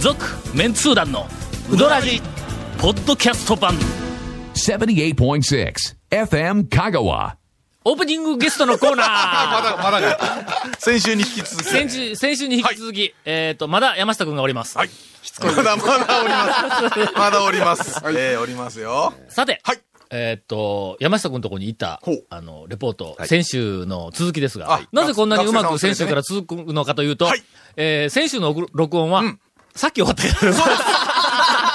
続メンツー団のウドラジポッドキャスト版78.6 FM Kagawa. オープニングゲストのコー まナーだ、まだか。先週に引き続き。先週先週に引き続き、えっ、とまだ山下くんがおります、はい。まだ、まだおります。まだおります。えー、おりますよ。さて、はいえっ、と山下くんのとこにいたほうあのレポート、はい先週の続きですが、あなぜこんなにうまく学生さん先を連れてね週から続くのかというと、はいえー先週の録音は、さっき終わったから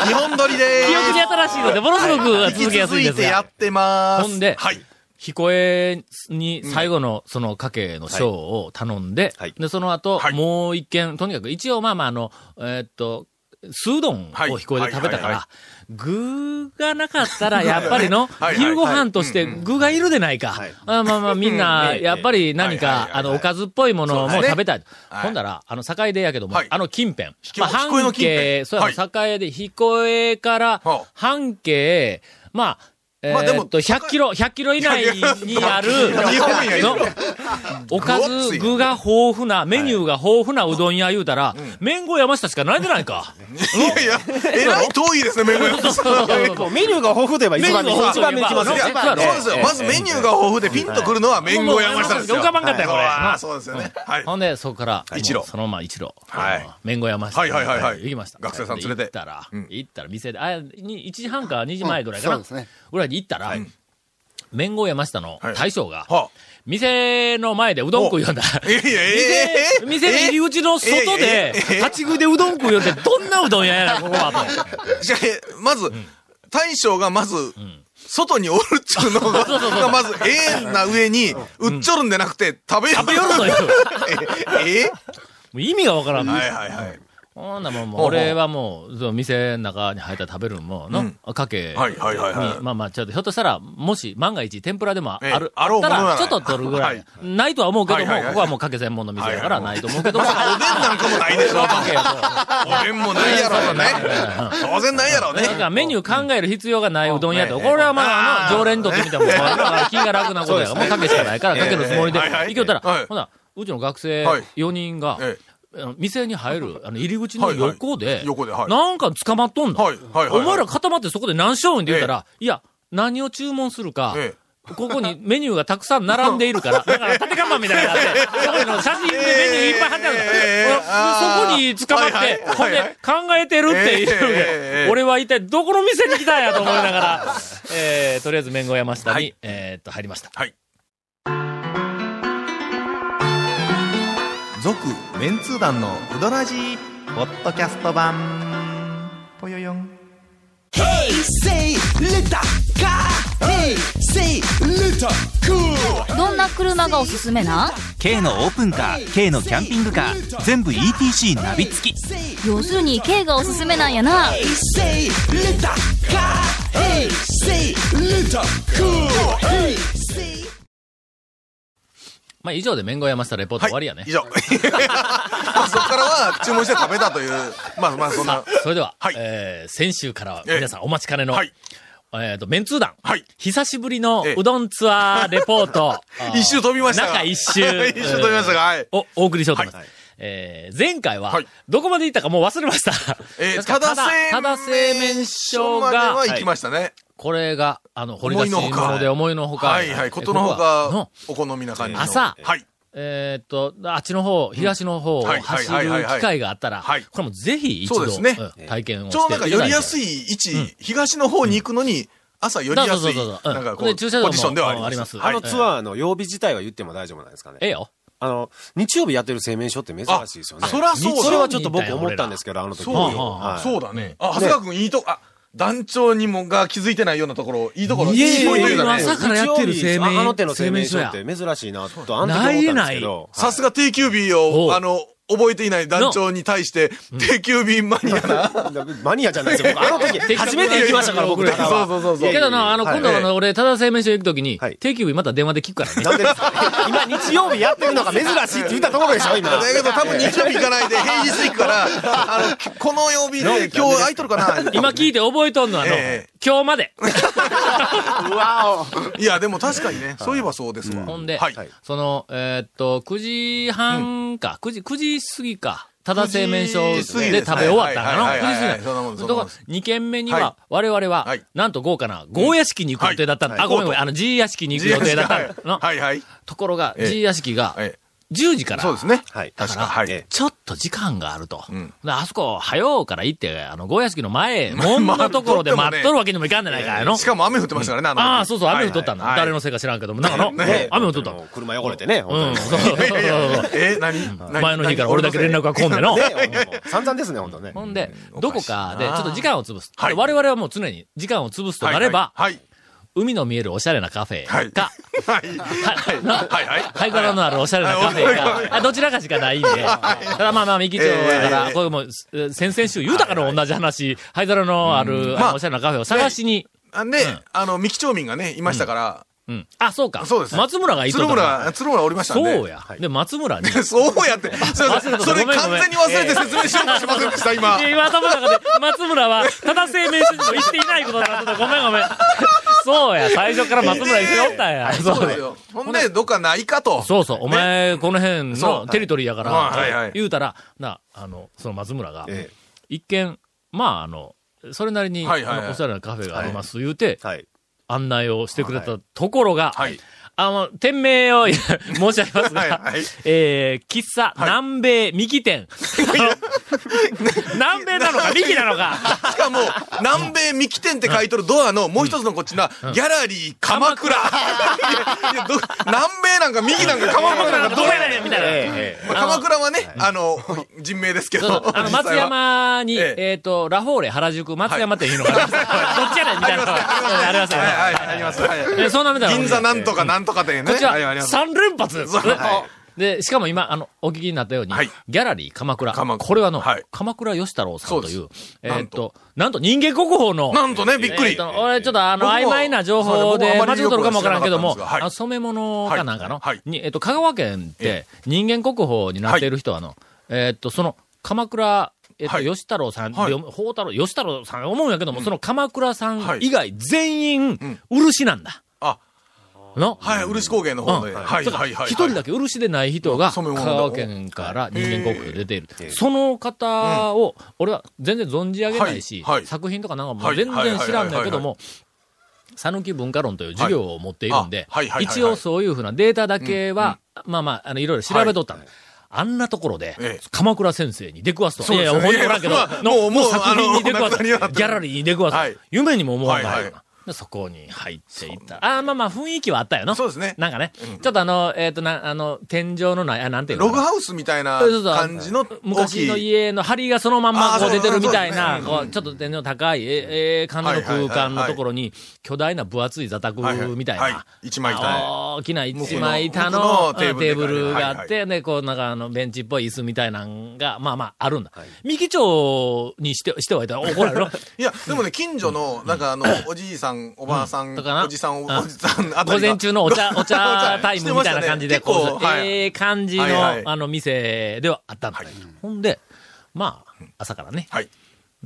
日本撮りでーす。記憶に 新しいのでものすごく引続ききやす続いんでいすてやがってまーす。ほんではい。彦恵に最後のその家計の賞を頼んで、はいで、その後、はいもう一件、とにかく一応まあまああの、えーっと、スードンはいを彦恵で食べたかはいはいはいら、具がなかったらやっぱりの はいはい、はい昼ご飯として具がいるでないかはい。あまあまあみんな、 ええやっぱり何はいはいかは、いはいあの、おかずっぽいものそもうですね食べたい。はいほんだら、あの、境出やけどもはい、あの近辺。彦まあ彦恵の半近径、辺そうやろ、境で、彦恵からはあ半径、まあ、えまあでもーっと、100キロ、100キロ以内にある、日本やのよ。おかず具が豊富な、メニューが豊富なうどん屋言うたら、麺後山下しかないじゃないか。いやいや、えらい遠いですね、メニュー。もうメニューが豊富では一番目、メニューが豊一富番で目は行きますいよや、一番そうねですよ。まずメニューが豊富でピンとくるのは麺後山下ですよ。もうもう浮かばんかったよこれはいあーそうですよね。はい。ほんで、そこから、一路もうそのまま一路、はいあの麺後山下。はいはいはいはい行きました。学生さん連れて行ったらうん、行ったら店で、あ、に1時半か2時前ぐらいかうなんそうですね。ぐらいに行ったら、麺後山下の大将が、は店の前でうどん食いよんだ。あ。いやいや、店、えー店の入り口の外で、えーえー立ち食いでうどん食いよんって、どんなうどん屋やな、ここはと。じゃあえまず、大将がまず、外におるっちゅうの が、がまず、ええな上に、売っちょるんでなくて、食べよる。食べよるという。 ええもう意味がわからん。はいはいはい。ほんならもうもう、ほうほう俺はもう、その店の中に入ったら食べるのも、の、うんかけに、はいはいはいはいまあまあ、ちょっと、ひょっとしたら、もし、万が一、天ぷらでもあええる、あろうったものなら、らちょっと取るぐらい。はないとは思うけども、はいはいはいここはもうかけ専門の店だから、はいはいないと思うけども、まあおでんなんかもないでしょ。かけやおでんもないやろうね。当然ないやろうとだからね。メニュー考える必要がないうどん屋と、うんこれはまあ、あの、あー常連にとってみても、 気が楽なことやから、もうかけしかないから、かけのつもりで、ええはいはい行きよったら、はいほな、うちの学生はい4人が、ええあの店に入る、あの、入り口の横で、はいはい横ではいなんか捕まっとんの。はいはいはい。お前ら固まってそこで何しようんって言ったら、いや、何を注文するか、えここに メニューがたくさん並んでいるから、 だから縦看板みたいになって、そこにの写真でメニューいっぱい貼ってあるから、 ええ俺そこに捕まって、あーほんで、考えてるっていう、ええええ俺は一体どこの店に来たんやと思いなが ら、えー、とりあえず麺後山下に、はいえーっと、入りました。はい。続、メンツー団のうどらじポッドキャスト版、ぽよよん。どんな車がおすすめなん K のオープンカー K のキャンピングカー全部 ETC ナビ付き要するに軽がおすすめなんやな。まあ、以上で麺後山下レポートはい。終わりやね以。上。ま あそこからは注文して食べたという、まあまあそんなさあ。、それでは、はいえー、先週からはええ皆さんお待ちかねの、はいえーっと、メンツー団、はい久しぶりのええうどんツアーレポート、あー 一周飛びましたが。中一周。 一周飛びましたが、はい。をお送りしようと思います。はいえー前回ははい、どこまで行ったかもう忘れました。えー、 確かただ製ただ製麺所までが、は行きましたね。これが、あの、掘り出し物で思いのほか。はいはい。ことのほえーここはかの、お好みな感じの。朝はい。えーっと、あっちの方、東の方をはい走はいるはいはいはい機会があったら、はいこれもぜひ一度、そうですねうん体験をちょうしどてないただんかい寄て。りやすい位置、東の方に行くのに、朝寄りやすい、そうそうそうそううんなんかこでう、ポ駐ジ車シ場もョンではありまうす。んはあいのツアーの曜日自体は言っても大丈夫なんですかね。ええよ。あの、日曜日やってる製麺所って珍しいですよね。あそらそうだそれはちょっと僕思ったんですけど、あの時そに。うよ、はいそうだね。あ、長谷川君いいとこ、あ、団長にもが気づいてないようなところ、いいところ、いえいえいいポイントだまさね。朝からやってる製麺日曜日あの手の製麺所っ製て珍しいなと、あの時思ったんですけど。さす が。が定休日おうを、あの、覚えていない団長に対して、定休日マニアな。マニアじゃないですよ。僕あの 時、初めて行きましたから、僕らは。そうそうそうそういやいけやいどやな、あの、はい今度あの、俺、ただ製麺所行くときにはい、定休日また電話で聞くからね。なんでですか今、日曜日やってるのが珍しいって言ったところでし ょ、今。だけど多分日曜日行かないで、平日行くから、あの、きこの曜日で今日空いとるかな。今聞いて覚えとんのは、あのええ、今日まで。いや、でも確かにね、そういえばそうですわ。ほんで、はい。その、えーっと、9時半か、9時、9時過ぎか、ただ製麺所で9時過ぎ食ですねべ終わったかな。はいはいはいは9時過いぎそんなもんだそんなかもらん、 2軒目にはは、我々ははい、なんと豪華な、豪屋敷に行く予定だったの。うんあ、ごめんごめん、はいあの、G 屋敷に行く予定だったの。はいはい。ところが、ええ G 屋敷が、え10時かえら。そうですね。はいだ確かか。はら、い。ちょっと時間があると。うんであそこ、早うから行って、あの、ゴ屋敷の 前、門のところでまあ待っとるわけにもいかんじゃないか、あのし。かも雨降ってましたからね、の時ああ、そうそう、雨降っとったんだ。はい誰のせいか知らんけども、なんかの、 ねえ雨降っとったの。車汚れてね、う本ん、そうそうそういやいやいそやう。え、何何前の日から俺だけ連絡が来んでの当。ね。ね、もう散々ですね、本当ね。ほんで、どこかで、ちょっと時間を潰す。はい我々はもう常に時間を潰すとなれば、はい。海の見えるおしゃれなカフェか、はいはい。はい、はいはい。ハイカラのあるおしゃれなカフェが、あどちらかしかないんで、ただまあまあ、三木町だから、これも、え先々週、豊かの同じ話、ハイカラのある、あまのあおしゃれなカフェを探しに、あんで、あの、三木町民がね、いましたから、うん。あ、そうか。そうです松村がいとっ鶴たから村、鶴村おりましたんで。そうや。で、松村に。そうやって。そ忘れれたことそれごめんごめん完全に忘れて説明しようとしませんでした、今い。や今頭の中で、松村は、ただ生命所にも行っていないことになってた。ごめんごめん。そうや、最初から松村一緒におったんや。そうそうですよ。ほんで、どっかないかと。そうそう、お前、この辺そのうテリトリーやかはいはいはらい、言うたら、な、あの、その松村が、ええ一見、まあ、あの、それなりに、はいはいはいあのおしゃれなカフェがあります、言うて、はい。案内をしてくれはたところが、はいあの、店名を 申し上げますが、はいはいえー、喫茶、南米三木 店。南米なのか、三木なのか。しかも、南米三木店って書いとるドアのもう一つのこっちな、ギャラリー鎌倉。いやいやど南米なんか右なんか鎌倉なんかどどううややねねんんみたいな。まあ鎌倉はね、あの、人名ですけそうそどう。 あの、実際松は山に、えええっ、と、ラフォーレ、原宿、松山店いうのがあります、 どっちやねんみたいな。ありますよね。はいはい、あります。はいえそんなみたいな。銀座なんとかなんとか店ね。こっちははいあります。 3連発です。そうはで、しかも今、あの、お聞きになったように、はいギャラリー鎌倉。鎌倉これはあの、はい鎌倉義太郎さんといそうう、えなーっんとと、なんと人間国宝の、なんとね、びっくえーり。と俺、ちょっとあの、僕も曖昧な情報そうでで、すね僕間もあま違りっとるかもわからんけどよもく、は知らなかったんですがはいあの染め物かなんかの、はいはいにえっと、香川県って、人間国宝になっている人は、あの、えっと、その、鎌倉、えっと、はい吉太郎さんってはい読む、宝太郎、吉太郎さん思うんやけども、その鎌倉さん以外全員ん、漆なんだ。あ、の、はい、漆工芸の方で。うんはい、だからはい、はい。一人だけ漆でない人が、香染め物の川県から人間国宝で出ている。その方を、俺は全然存じ上げないしはいは、い作品とかなんかもう全然知らんだけども、讃岐文化論という授業を持っているんではいあはいは、いはいはい一応そういうふうなデータだけは、まあまあ、あの、いろいろ調べとったのあんなところでええ、鎌倉先生に出くわすとは。そうですよねいやいや、ほんとおらんけど、いやものうもうの作品に出くわすあのお亡くなりになっと。てギャラリーに出くわすはいと。夢にも思わなはいいようはな。でそこに入っていった。ああー、まあまあ、雰囲気はあったよな。そうですねなんかね、ちょっとあの、えっ、と、な、あの、天井のない、あ、なんていうのロかグなハウスみたいなそうそうそう感じの大き昔のい。家の梁がそのまんまあーこう出てるみたいそうな、そうそうこう、ちょっと天井の高い、ええええ感じの空間のところに、巨大な分厚い座卓みたいな。はいはいはい一枚板大きな一枚板向このうのテーブルテーブルがあっはて、で、こう、なんかあの、ベンチっぽい椅子みたいなのが、まあまあ、あるんだ。三木町にして、してはいたら怒ら れるの。いや、でもね、近所の、なん かあの、おじいさん、おばあさん、だからおじさん、おじさんあた午りが前中のお 茶、お茶タイムみたいな感じで、してましたねこ結う、構、はい。ええ感じの、はいはいあの、店ではあったんだ、ほんで、まあ、朝からね、はい。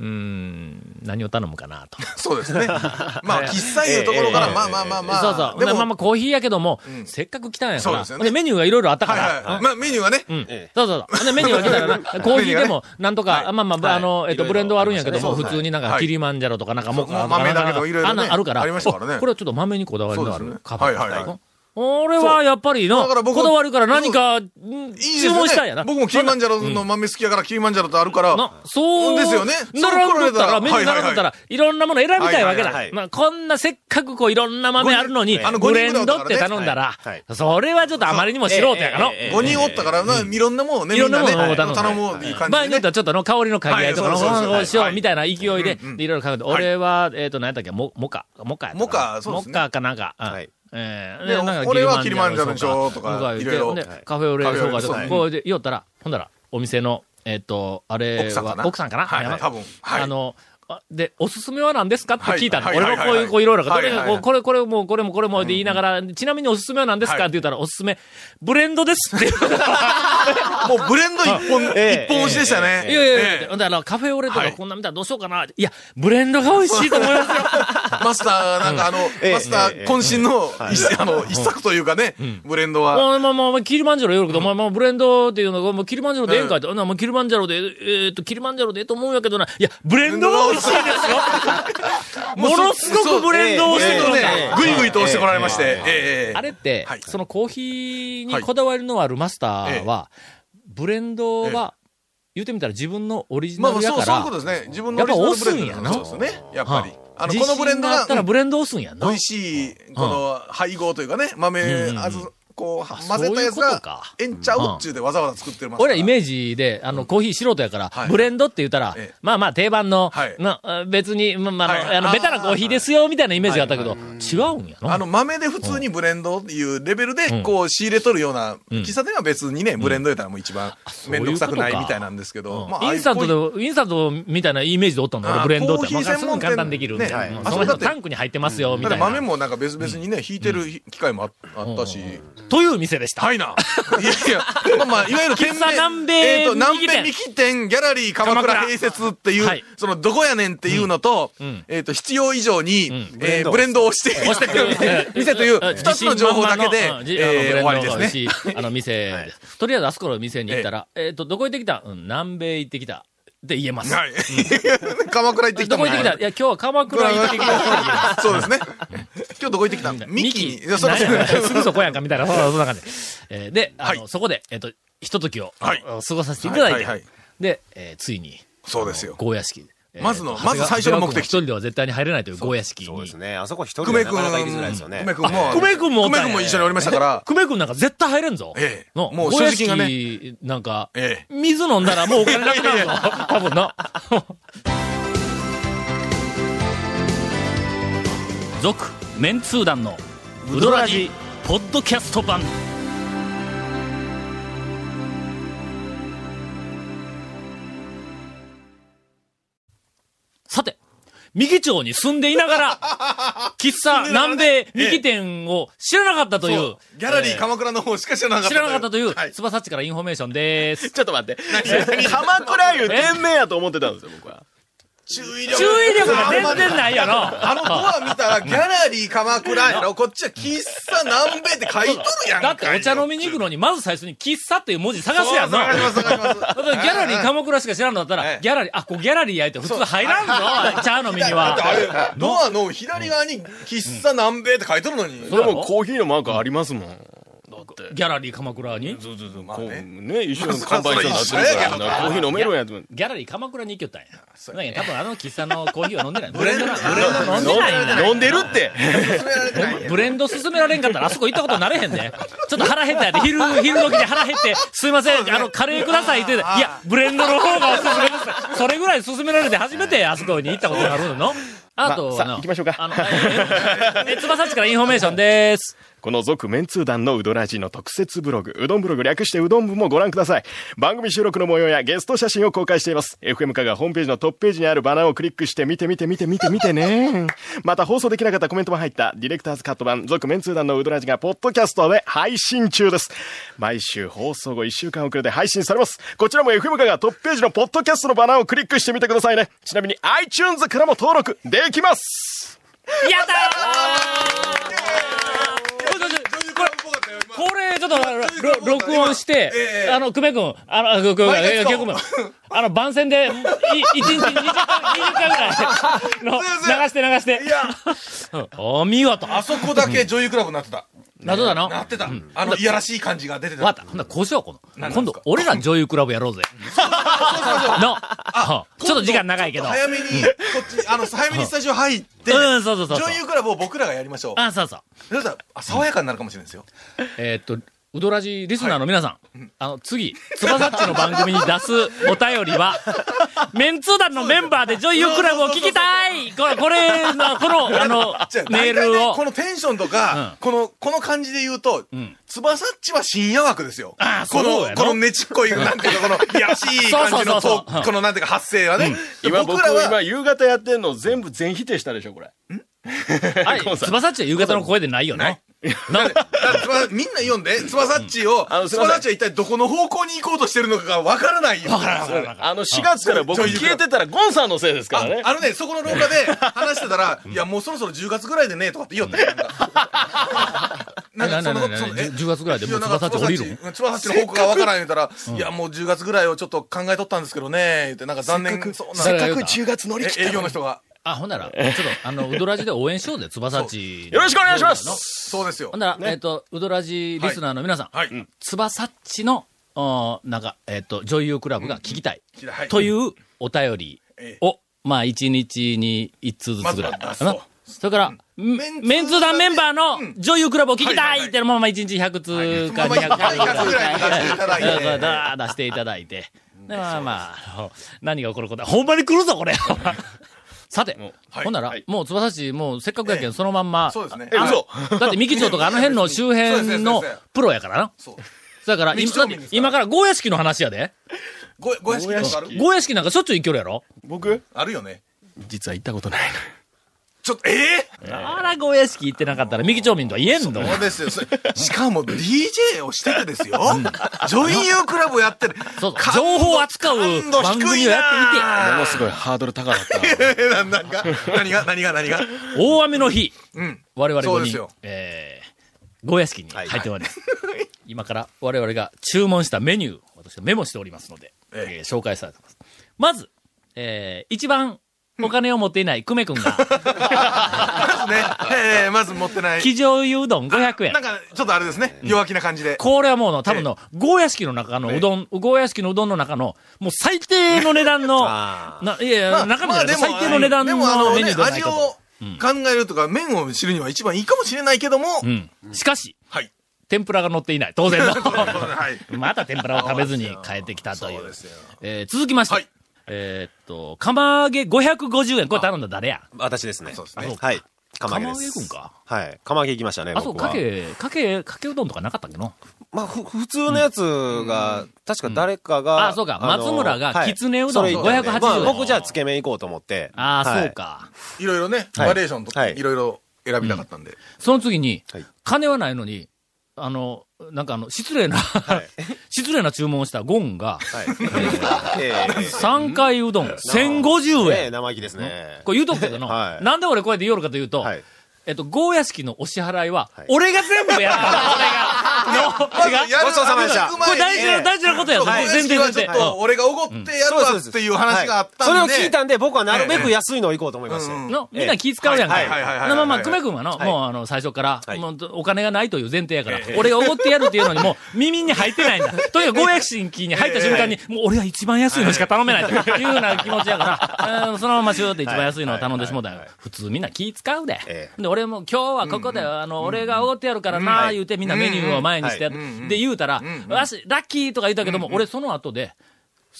うーん、何を頼むかなと。そうです ね。まあ、喫茶いうところから、ええまあまあまあまあ。そうそう。でまあも、まあコーヒーやけども、んせっかく来たんやかそうら、ですよねでメニューがいろいろあったかはいら、はいはうい。んまあ、メニューがね。うんええそうそうそう。で、メニューが来たらな、コーヒーでも、なんとか、はいあまあまあ、はいあの、えっと、いろいろブレンドはあるんやけども、そうそ普う通になんか、はいキリマンジャロとかなんか、もう、そうまあ豆だけどいろいろねあるから、ありましたからねおこれはちょっと豆にこだわりのあそうでするねカフェだはいはいはい俺はやっぱりの、だから僕こだわるから何か、んいいです注よ文したんねやな。。僕もキリマンジャロの豆好きやから、キリマンジャロとあるから。な、そう。ですよね並んどったら、そうメニュー並んどったら、いろんなもの選びたいわけはいはいはだい。まあ、こんなせっかくこう、いろんな豆あるのに、五人あのブレンドっ五人ぐてらいだからね頼んだらはい、それはちょっとあまりにも素人やからのええええええええ5人おったから、ないろんなもんをね、いろんなものをみね頼む頼もうっていう感場合じによっでてはね。ちょっとの香りの嗅ぎ合いとかの、はいそうそうそうこうしよはういみたいな勢いで、うんうんでいろいろ考えて、い俺は、えっと、何やったっけ、モモカ、モカやったかな。モカそうですねモカかなんか。うんはいええででなんか俺はキリマンジャロそうとかうんいろいろほんでカフェオレカフェオ紹レ介とそか、うこうで、言おったら、ほんだら、お店の、えっと、あれ奥さんかは、な奥さんかなはいやな多分はいあの、あで、おすすめは何ですかって聞いたの。はい俺もこう、はいいうこういろいろ、どはいれがはいこはう、いこれ、これも、これも、これもで言いながら、ちなみにおすすめは何ですかはいって言ったら、おすすめ、ブレンドです って。もうブレンド一本、ええ一本押しでしたね。いやいやいや、ええほんであの、カフェオレとはかいこんな見たらどうしようかな。いや、ブレンドが美味しいと思いますよ。 マスター、なんかあの、ええマスター渾身の、一あの、一作というかね、ブレンドは。もう、もう、もう、もうキリマンジャロよるけど、もう、もう、ブレンドっていうのが、もう、キリマンジャロでええんかって、ほんならもう、キリマンジャロで、えーっと、キリマンジャロでええと思うんやけどな、いや、ブレンドが美味しいです よものすごくブレンドをブしレてンくるドねね。、ぐいぐいと押してこられまして、ええええあれって、はいそのコーヒーにこだわりのあるマスターは、ブレンドは、言うてみたら自分のオリジまナあまあ、ルやそう、かそういら、うことですね。自分のやっぱオリ押ジすナルんブレやンなドそうですよね。やっはぱあり。あの、自こ信のブレンドがあがった、らブレンド押すんやんな。美味しい、この配合というかね、豆、あず、こあう、混ぜたやつそういうことがか、ええんちゃうっちゅうでわざわざ作ってますか俺ら。らイメージで、あの、コーヒー素人やから、はいブレンドって言ったら、ええまあまあ定番の、はいなあ別に、まあまあ、はいあの、あーベタなコーヒーですよ、みたいなイメージがあったけど、違うんやな。あの、豆で普通にブレンドっていうレベルうんで、こう、仕入れとるような、ん喫茶店は別にね、ブレンドやったらもう一番そういめうんことかどくさくないみたいなんですけど、インスタンああいうこトで、インスタントみたいなイメージでおったの、俺あーブレンドっコて。ーヒーもうそれすぐ専門店簡単にできるみたいねな。はいもうそあそのれだ人ってタンクに入ってますよ、うみだったてい豆な。もなんか別々にね、引いてる機会もああったし、という店でした。はいな。 いやいや、まあまあ、いわゆる喫茶南米えーと、南右米店三木店、ギャラリー鎌鎌倉倉併設ってい、はいうその、どこやねんっていうのとん、えっと、必要以上にん、えーブレンドをして、押して くる店店という、二つの情報だけで、うんじあのえー終わりブレンドが美で味すね。しいあ の店です、とりあえずあそこの店に行ったら、えっ、と、どこ行ってきたうん、南米行ってきた。って言えます。はい。 鎌倉行ってきどたこもん行ってきたいや、今日は鎌倉行ってきた。 そうですね。今日どこ行ってきたんだミキに。いや、そらなんやすぐそそこやんか、みたいな、そんなそんな感じ。えーで、あの、はいそこで、えっ、と、ひとときを、はいあの過ごさせていただいて、はいはいはいで、えーついに、そうですよ。ゴーヤ式。えーまずの長谷まず最初の目長谷川君的は一人では絶対に入れないというゴーヤ式そうでにす。ね。あそこ一人久では米な君、かなか行きづらいですよね。久米君も。久米君もお久ったん米や君も一緒におりましたから。久米君なんか絶対入れんぞ。ええのもうゴーヤ所持金が式なんか、ええ水飲んだらもうお金 なくなるぞ。多分な。 続、メンツー団の、ウドラジ、ポッドキャスト版。さて、右町に住んでいなが ら、喫茶南米右店を知らなかったという、ギャラリー鎌倉の方しか知らなかった。知らなかったというは、つばさっちからインフォメーションです。ちょっと待って。鎌倉湯店名やと思ってたんですよ、僕は。注意注意力が全然ないやろ。あのドア見たら、ギャラリー鎌倉やろ。こっちは喫茶南米って書いとるやんだかってお茶飲みに行くのに、まず最初に喫茶っていう文字探すやんの。探しだます、探します。ってギャラリー鎌倉しか知らんのだったはら、いギャラリー、あ、こうギャラリーやいて普通入らんぞ、茶飲みにだってあは。れ、ドアの左側に喫茶南米って書いとるのに。そうやろーヒーのマークありますもん。だって。ギャラリー鎌倉にずずず、あこねう、ね、一緒に乾杯してなってるからまあな、コーヒー飲めろやと思って。ギャラリー鎌倉に行きよったんや。なんや多分あの喫茶のコーヒーは飲んでない。ブレレンンドドなな飲んでないんだ飲んでるって勧められてないんやブレンド勧められんかったらあそこ行ったことになれへんで。ちょっと腹減ったやで、昼、昼時で腹減って、すいません、あの、カレーくださいって言って、いや、ブレンドの方がおすすめです。それぐらい勧められて初めてあそこに行ったことになるの。あと、さあな行きましょうかあの、え、えつばさっちからインフォメーションです。この続メンツー団のうどらじの特設ブログ、うどんブログ略してうどん部もご覧ください。番組収録の模様やゲスト写真を公開しています。FM カがホームページのトップページにあるバナーをクリックして見て見て見て見て見てね。また放送できなかったコメントも入ったディレクターズカット版続メンツー団のうどらじがポッドキャストで配信中です。毎週放送後1週間遅れで配信されます。こちらも FM カがトップページのポッドキャストのバナーをクリックしてみてくださいね。ちなみに iTunes からも登録できます。やったーちょちょちょ女優からっぽかったよ今これ、ちょっと、ろ録音してえ、えあの、久米君、あの、あ久米君、毎え回えそう久米君、あの、番宣で、い一日20回、20回ぐ らい、の、すいません流して流してい。や、お見事。あそこだけ女優クラブになってた。謎だな。なってた。あの、いやらしい感じが出てた。わかった。ほんならこうしよう、この。何今なんで度すか、俺ら女優クラブやろうぜ。の、うんちょっと時間長いけど。早めに、こっち、あの、早めにスタジオ入って、うん、そうそうそうそう。女優クラブを僕らがやりましょう。あ、そうそう。そしたら、あ爽やかになるかもしれないですよ。えーっと、うウドラジリスナーの皆さん、あの、次、つばさっちの番組に出すお便りは、メンツー団のメンバーで女優クラブを聞きたいこれ、これの、この、あのじゃ、あメール大体ねをこ。のテンションとか、この、この感じで言うと、つばさっちは深夜枠ですよ。ああそこうやの、なこのねちっこい、なんていうの、この、いやらしい感じのそうそうそうトそううーんク、この、なんていうか、発声はね。今僕僕らは今、夕方やってんの全部全否定したでしょ、こ れ。はい、つばさっちは夕方の声でないよね。なだからつばみんな読んで、つばさっちをあの、すついませんばさっちは一体どこの方向に行こうとしてるのかがわからないよ。あの、4月から僕ちょい言うか消えてたらゴンさんのせいですからねあ。あのね、そこの廊下で話してたら、いや、もうそろそろ10月ぐらいでね、とかって言おったよ。なんなかなんんかなかそんかなのんかそのえ10月ぐらいでもう翼っち降りるのいやなんか翼っちの方向がわからん言うたら、いや、もう10月ぐらいをちょっと考えとったんですけどね、言って、なんか残念、そうなんせっかかく10月乗え営業の人が。あ、ほんなら、ちょっと、あの、ウドラジで応援しようぜ、つばさっち。よろしくお願いしますそうですよほん。なら、えっと、ウドラジリスナーの皆さん、はい。つばさっちの、おなんか、えっと、女優クラブが聞きたい。はいというお便りを、まあ、1日に1通ずつぐらいまずは。かなそうそれから、メンツー団メンツー団メンバーの女優クラブを聞きたはいはいいはいってのまま1日100通かまあまあ、 200通1月ぐらいに出していただい だだて。出していただいて。でまあまあ、あの何が起こることは、ほんまに来るぞ、これ。 さて、はいほんなら、はいもう翼市、もうせっかくやけえん、そのまんま。そうですねあえ嘘だって、三木町とかあの辺の周そうです辺ねのそうですねプロやからな。そう。だから、三木今町民ですから今からゴーヤ式の話やで。ご、ご屋敷とかあるゴーヤ式なんかしょっちゅう行けるやろ。僕あるよね。実は行ったことないの。ちょっと、ええあら、ゴーヤ式行ってなかったら、三木町民とは言えんの。そうですよ。それしかも DJ をしててですよ。女優クラブやってる。そうそう情報を扱う感度番低組いをなやっものすごいハードル高か った。 な何が何が何が何がてみて、大雨の日、うん。我々そ5うです人よ、えー、ゴーヤ式に入っております。今から我々が注文したメニューを私はメモしておりますので、えええー紹介されてます。まず、えー、一番お金を持っていない久米くんが、ね。ええまず持ってない。非常油うどん500円なん。か、ちょっとあれですね。弱気な感じで。これはもうの、多分の、ゴーヤ式の中のうどん、ゴーヤ式のうどんの中の、もう最低の値段の、ないやいや、中身じゃない最低の値段でもあののメニュねー、ではない味かをと。考えるとか、麺を知るには一番いいかもしれないけども、うん。しかし、はい。 天ぷらが乗っていない。当然 の。はい。また天ぷらを食べずに帰ってきたといそううですよ。えー続きまして、はいえーっと、釜揚げ550円。これ頼んだの誰や私ですね。そうですねはい。釜釜揚げ揚でげす。くんか。はい。釜揚げ行きましたね、あ、そう、僕はか。け、かけ、かけうどんとかなかったっけのまあ、ふ普通のやつが、確か誰かが、あそうかの松村がはいきつねうどんそれ言ってたんでまあ580僕じゃあつけ麺行こうと思って。ああ、はいそう。か。いろいろね、はいバリエーションとか、はいいろいろ選びたかったんで。その次に、はい金はないのに、あの、なんかあの、失礼な、い 失礼な注文をしたゴンが、はい。 ええ三回うどん、1050ねえ円。生意気ですね。 これ言うとくけどの、はいなんで俺こうやって言おるかというと、はい。えっと、ゴーヤ式のお支払いは、はい俺が全部やった んだ、俺が。の違うごちそうさまでしたこれ大事な、大事なことやぞ、はい全然は全ちょ然っ。と、俺がおごってやるわっていう話があったんで。はいそれを聞いたんで、僕はなるべえくえ安いのを行こうと思いまして。うんうんの、みんな気使うやんか。はいはいはいはいはいなまあまあ、久米君はの、はいもうあの、最初から、はいもうお金がないという前提やから、俺がおごってやるっていうのにもう耳に入ってないんだ。とにかく合約新規に入った瞬間に、もう俺は一番安いのしか頼めないというような気持ちやから、うんそのまましようって一番安いのを頼んでしもうたんや普通みんな気使うでえ。で、俺も今日はここで、あの、俺がおごってやるからな、言うてみんなメニューを前にしてやる、で、言うたら、わし、ラッキーとか言うたけども、俺その後で、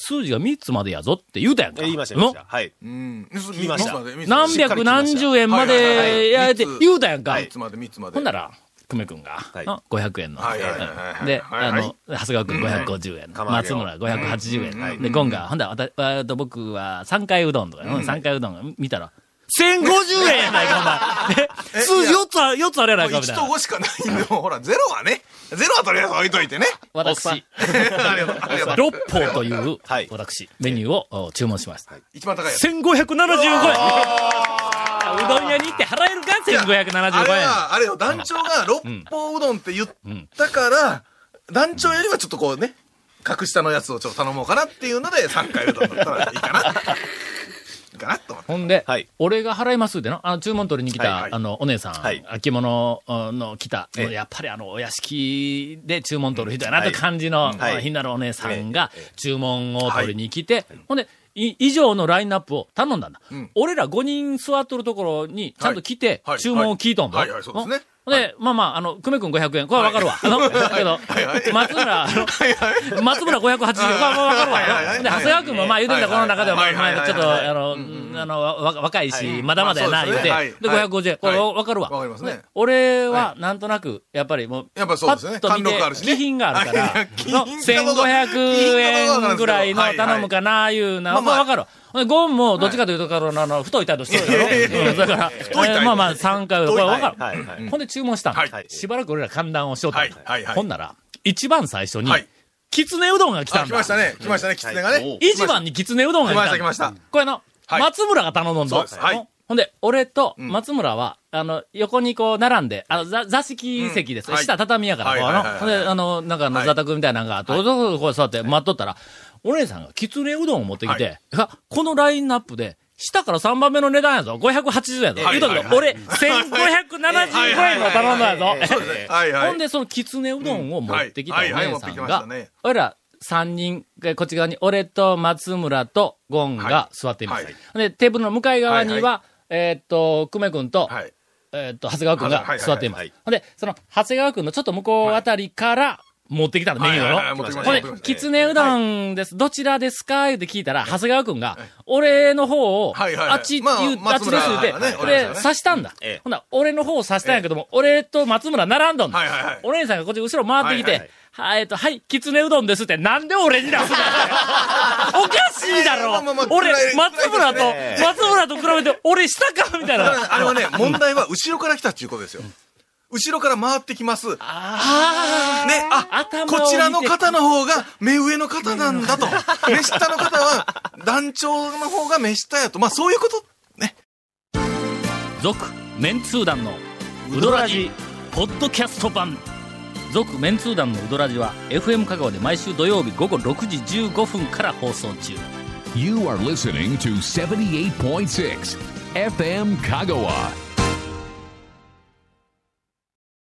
数字が3つまでやぞって言うたやんか。え言いました、言いましのた。はい。うん。聞きました何百何十円までやれて言うたやんか。 3つまで3つまで。ほんなら、久米君が、いの500円の。はいはいはいはいはいで、はいあはいの、長谷川君550円。釜揚げ松を村580円。で、ゴンが、ほんだら、わたわと僕は3回うどんとか、3回うどん見たら、1050円やないか、 お前。ええ数字4つあ、四つあれやないか、みた1いとな。 5しかないんで、もうほら、ゼロはね、ゼロはとりあえず置いといてね。私、ありがとう、ありがとう。六方というはい、私、メニューをお注文しました。一番高いやつ。 1575円。うどん屋に行って払えるか、あれ1575円。は、あれよ、団長が六方うどんって言ったから、団長よりはちょっとこうね、格下のやつをちょっと頼もうかなっていうので、3回うどんだったらいいかな。いいかなと思って。ほんで、はい俺が払いますっての、あの、注文取りに来た、はいはいあの、お姉さん、はい秋物の来た、ええやっぱりあの、お屋敷で注文取る人やなはとい感じの、はいひんなるお姉さんが、注文を取りに来て、ほんで、い以上のラインナップを頼んだんだ。俺ら5人座っとるところに、ちゃんと来て、はいはい注文を聞いとんの、はいはいそうですねうんほんで、まあまあ、あの、久米君500円。これはわかるわ。あの、だけど、松村、あの、松村580円。これはわかるわはいはいは。いほんで、長谷川君も、まあ言うてみたらこの中では、まはあいはいはいまあちょっと、あの、あの、わ若いし、まだまだやな、言うてまあそうです。で、ねはい550円。これはいわかるわ。わかりますねで俺は、なんとなく、やっぱりもう、やっぱそうですよねパッと見貫禄あるて、しね気品があるかはいはらい、の、 気品がどうか1500円ぐらいの頼むかな、いうな。はいはいまあわかるわ。ほんで、ゴンも、どっちかというと、あの、太い態度してるやいやいやいろやうん。だから、太い態え度ーまあまあ、3回、これわかる。はいはい。ほんで注文したん、はいしばらく俺ら観覧をしようと、はいはいはいほんなら、一番最初にはい、きつねうどんが来たあん来だ。ましたね。来ましたね、キツネがね。一番にきつねうどんが来たんだ。来ました来ましたこれの、はい松村が頼んだんだ。そうですはいほほんで、俺とん松村は、あの、横にこう、並んで、あの、ざ座席席です。うんはい下畳やから、はいこうはいはいはいあの、ほんで、あの、なんかあのはい座卓みたいなのがあって、どうぞこう座って待っとったら、お姉さんがきつねうどんを持ってきて、はあこのラインナップで、下から3番目の値段やぞ。580円やぞ。はい言うとくけど、俺、1575円の頼んだやぞ。はいはい。ほんで、そのきつねうどんを持ってきたおはいはいはい姉さん持ってきましがたね、俺ら3人、えこっち側に俺と松村とゴンがは座っています。はいで、テーブルの向かい側には、はいはえーっと、久米君と、はい。えーっと、長谷川君はいはがいはい座っています。はほんで、その、長谷川君のちょっと向こうあたりから、持ってきたの、メニュはいはいはいー持ってきの。ましほたん持でってきまし、たきつねうどんです。どちらですかって聞いたら、長谷川君が、俺の方を、はいはいはいあっち、まあ言うあっちです言うて、松村はねで俺、ですよね刺したんだ。ほんなら俺の方を刺したんやけども、俺と松村並んどんだはいはいはい お姉さんがこっち後ろ回ってきはいはて、はい、えっと、はい、きつねうどんですって、なんで俺に出す のおかしいだいやいやまろあまあまあ俺暗、い松村と 暗い、松村と比べて、俺下かみたいたな。 だあれはね、問題は後ろから来たっていうことですよ。後ろから回ってきます。ね、あ、頭を見てこちらの方の方が目上の方なんだと。 目下の方は団長の方が目下やと。まあそういうこと。ね。続メンツー団のウドラジポッドキャスト版続メンツー団のウドラジは FM 香川で毎週土曜日午後6時15分から放送中 You are listening to 78.6 FM Kagawa.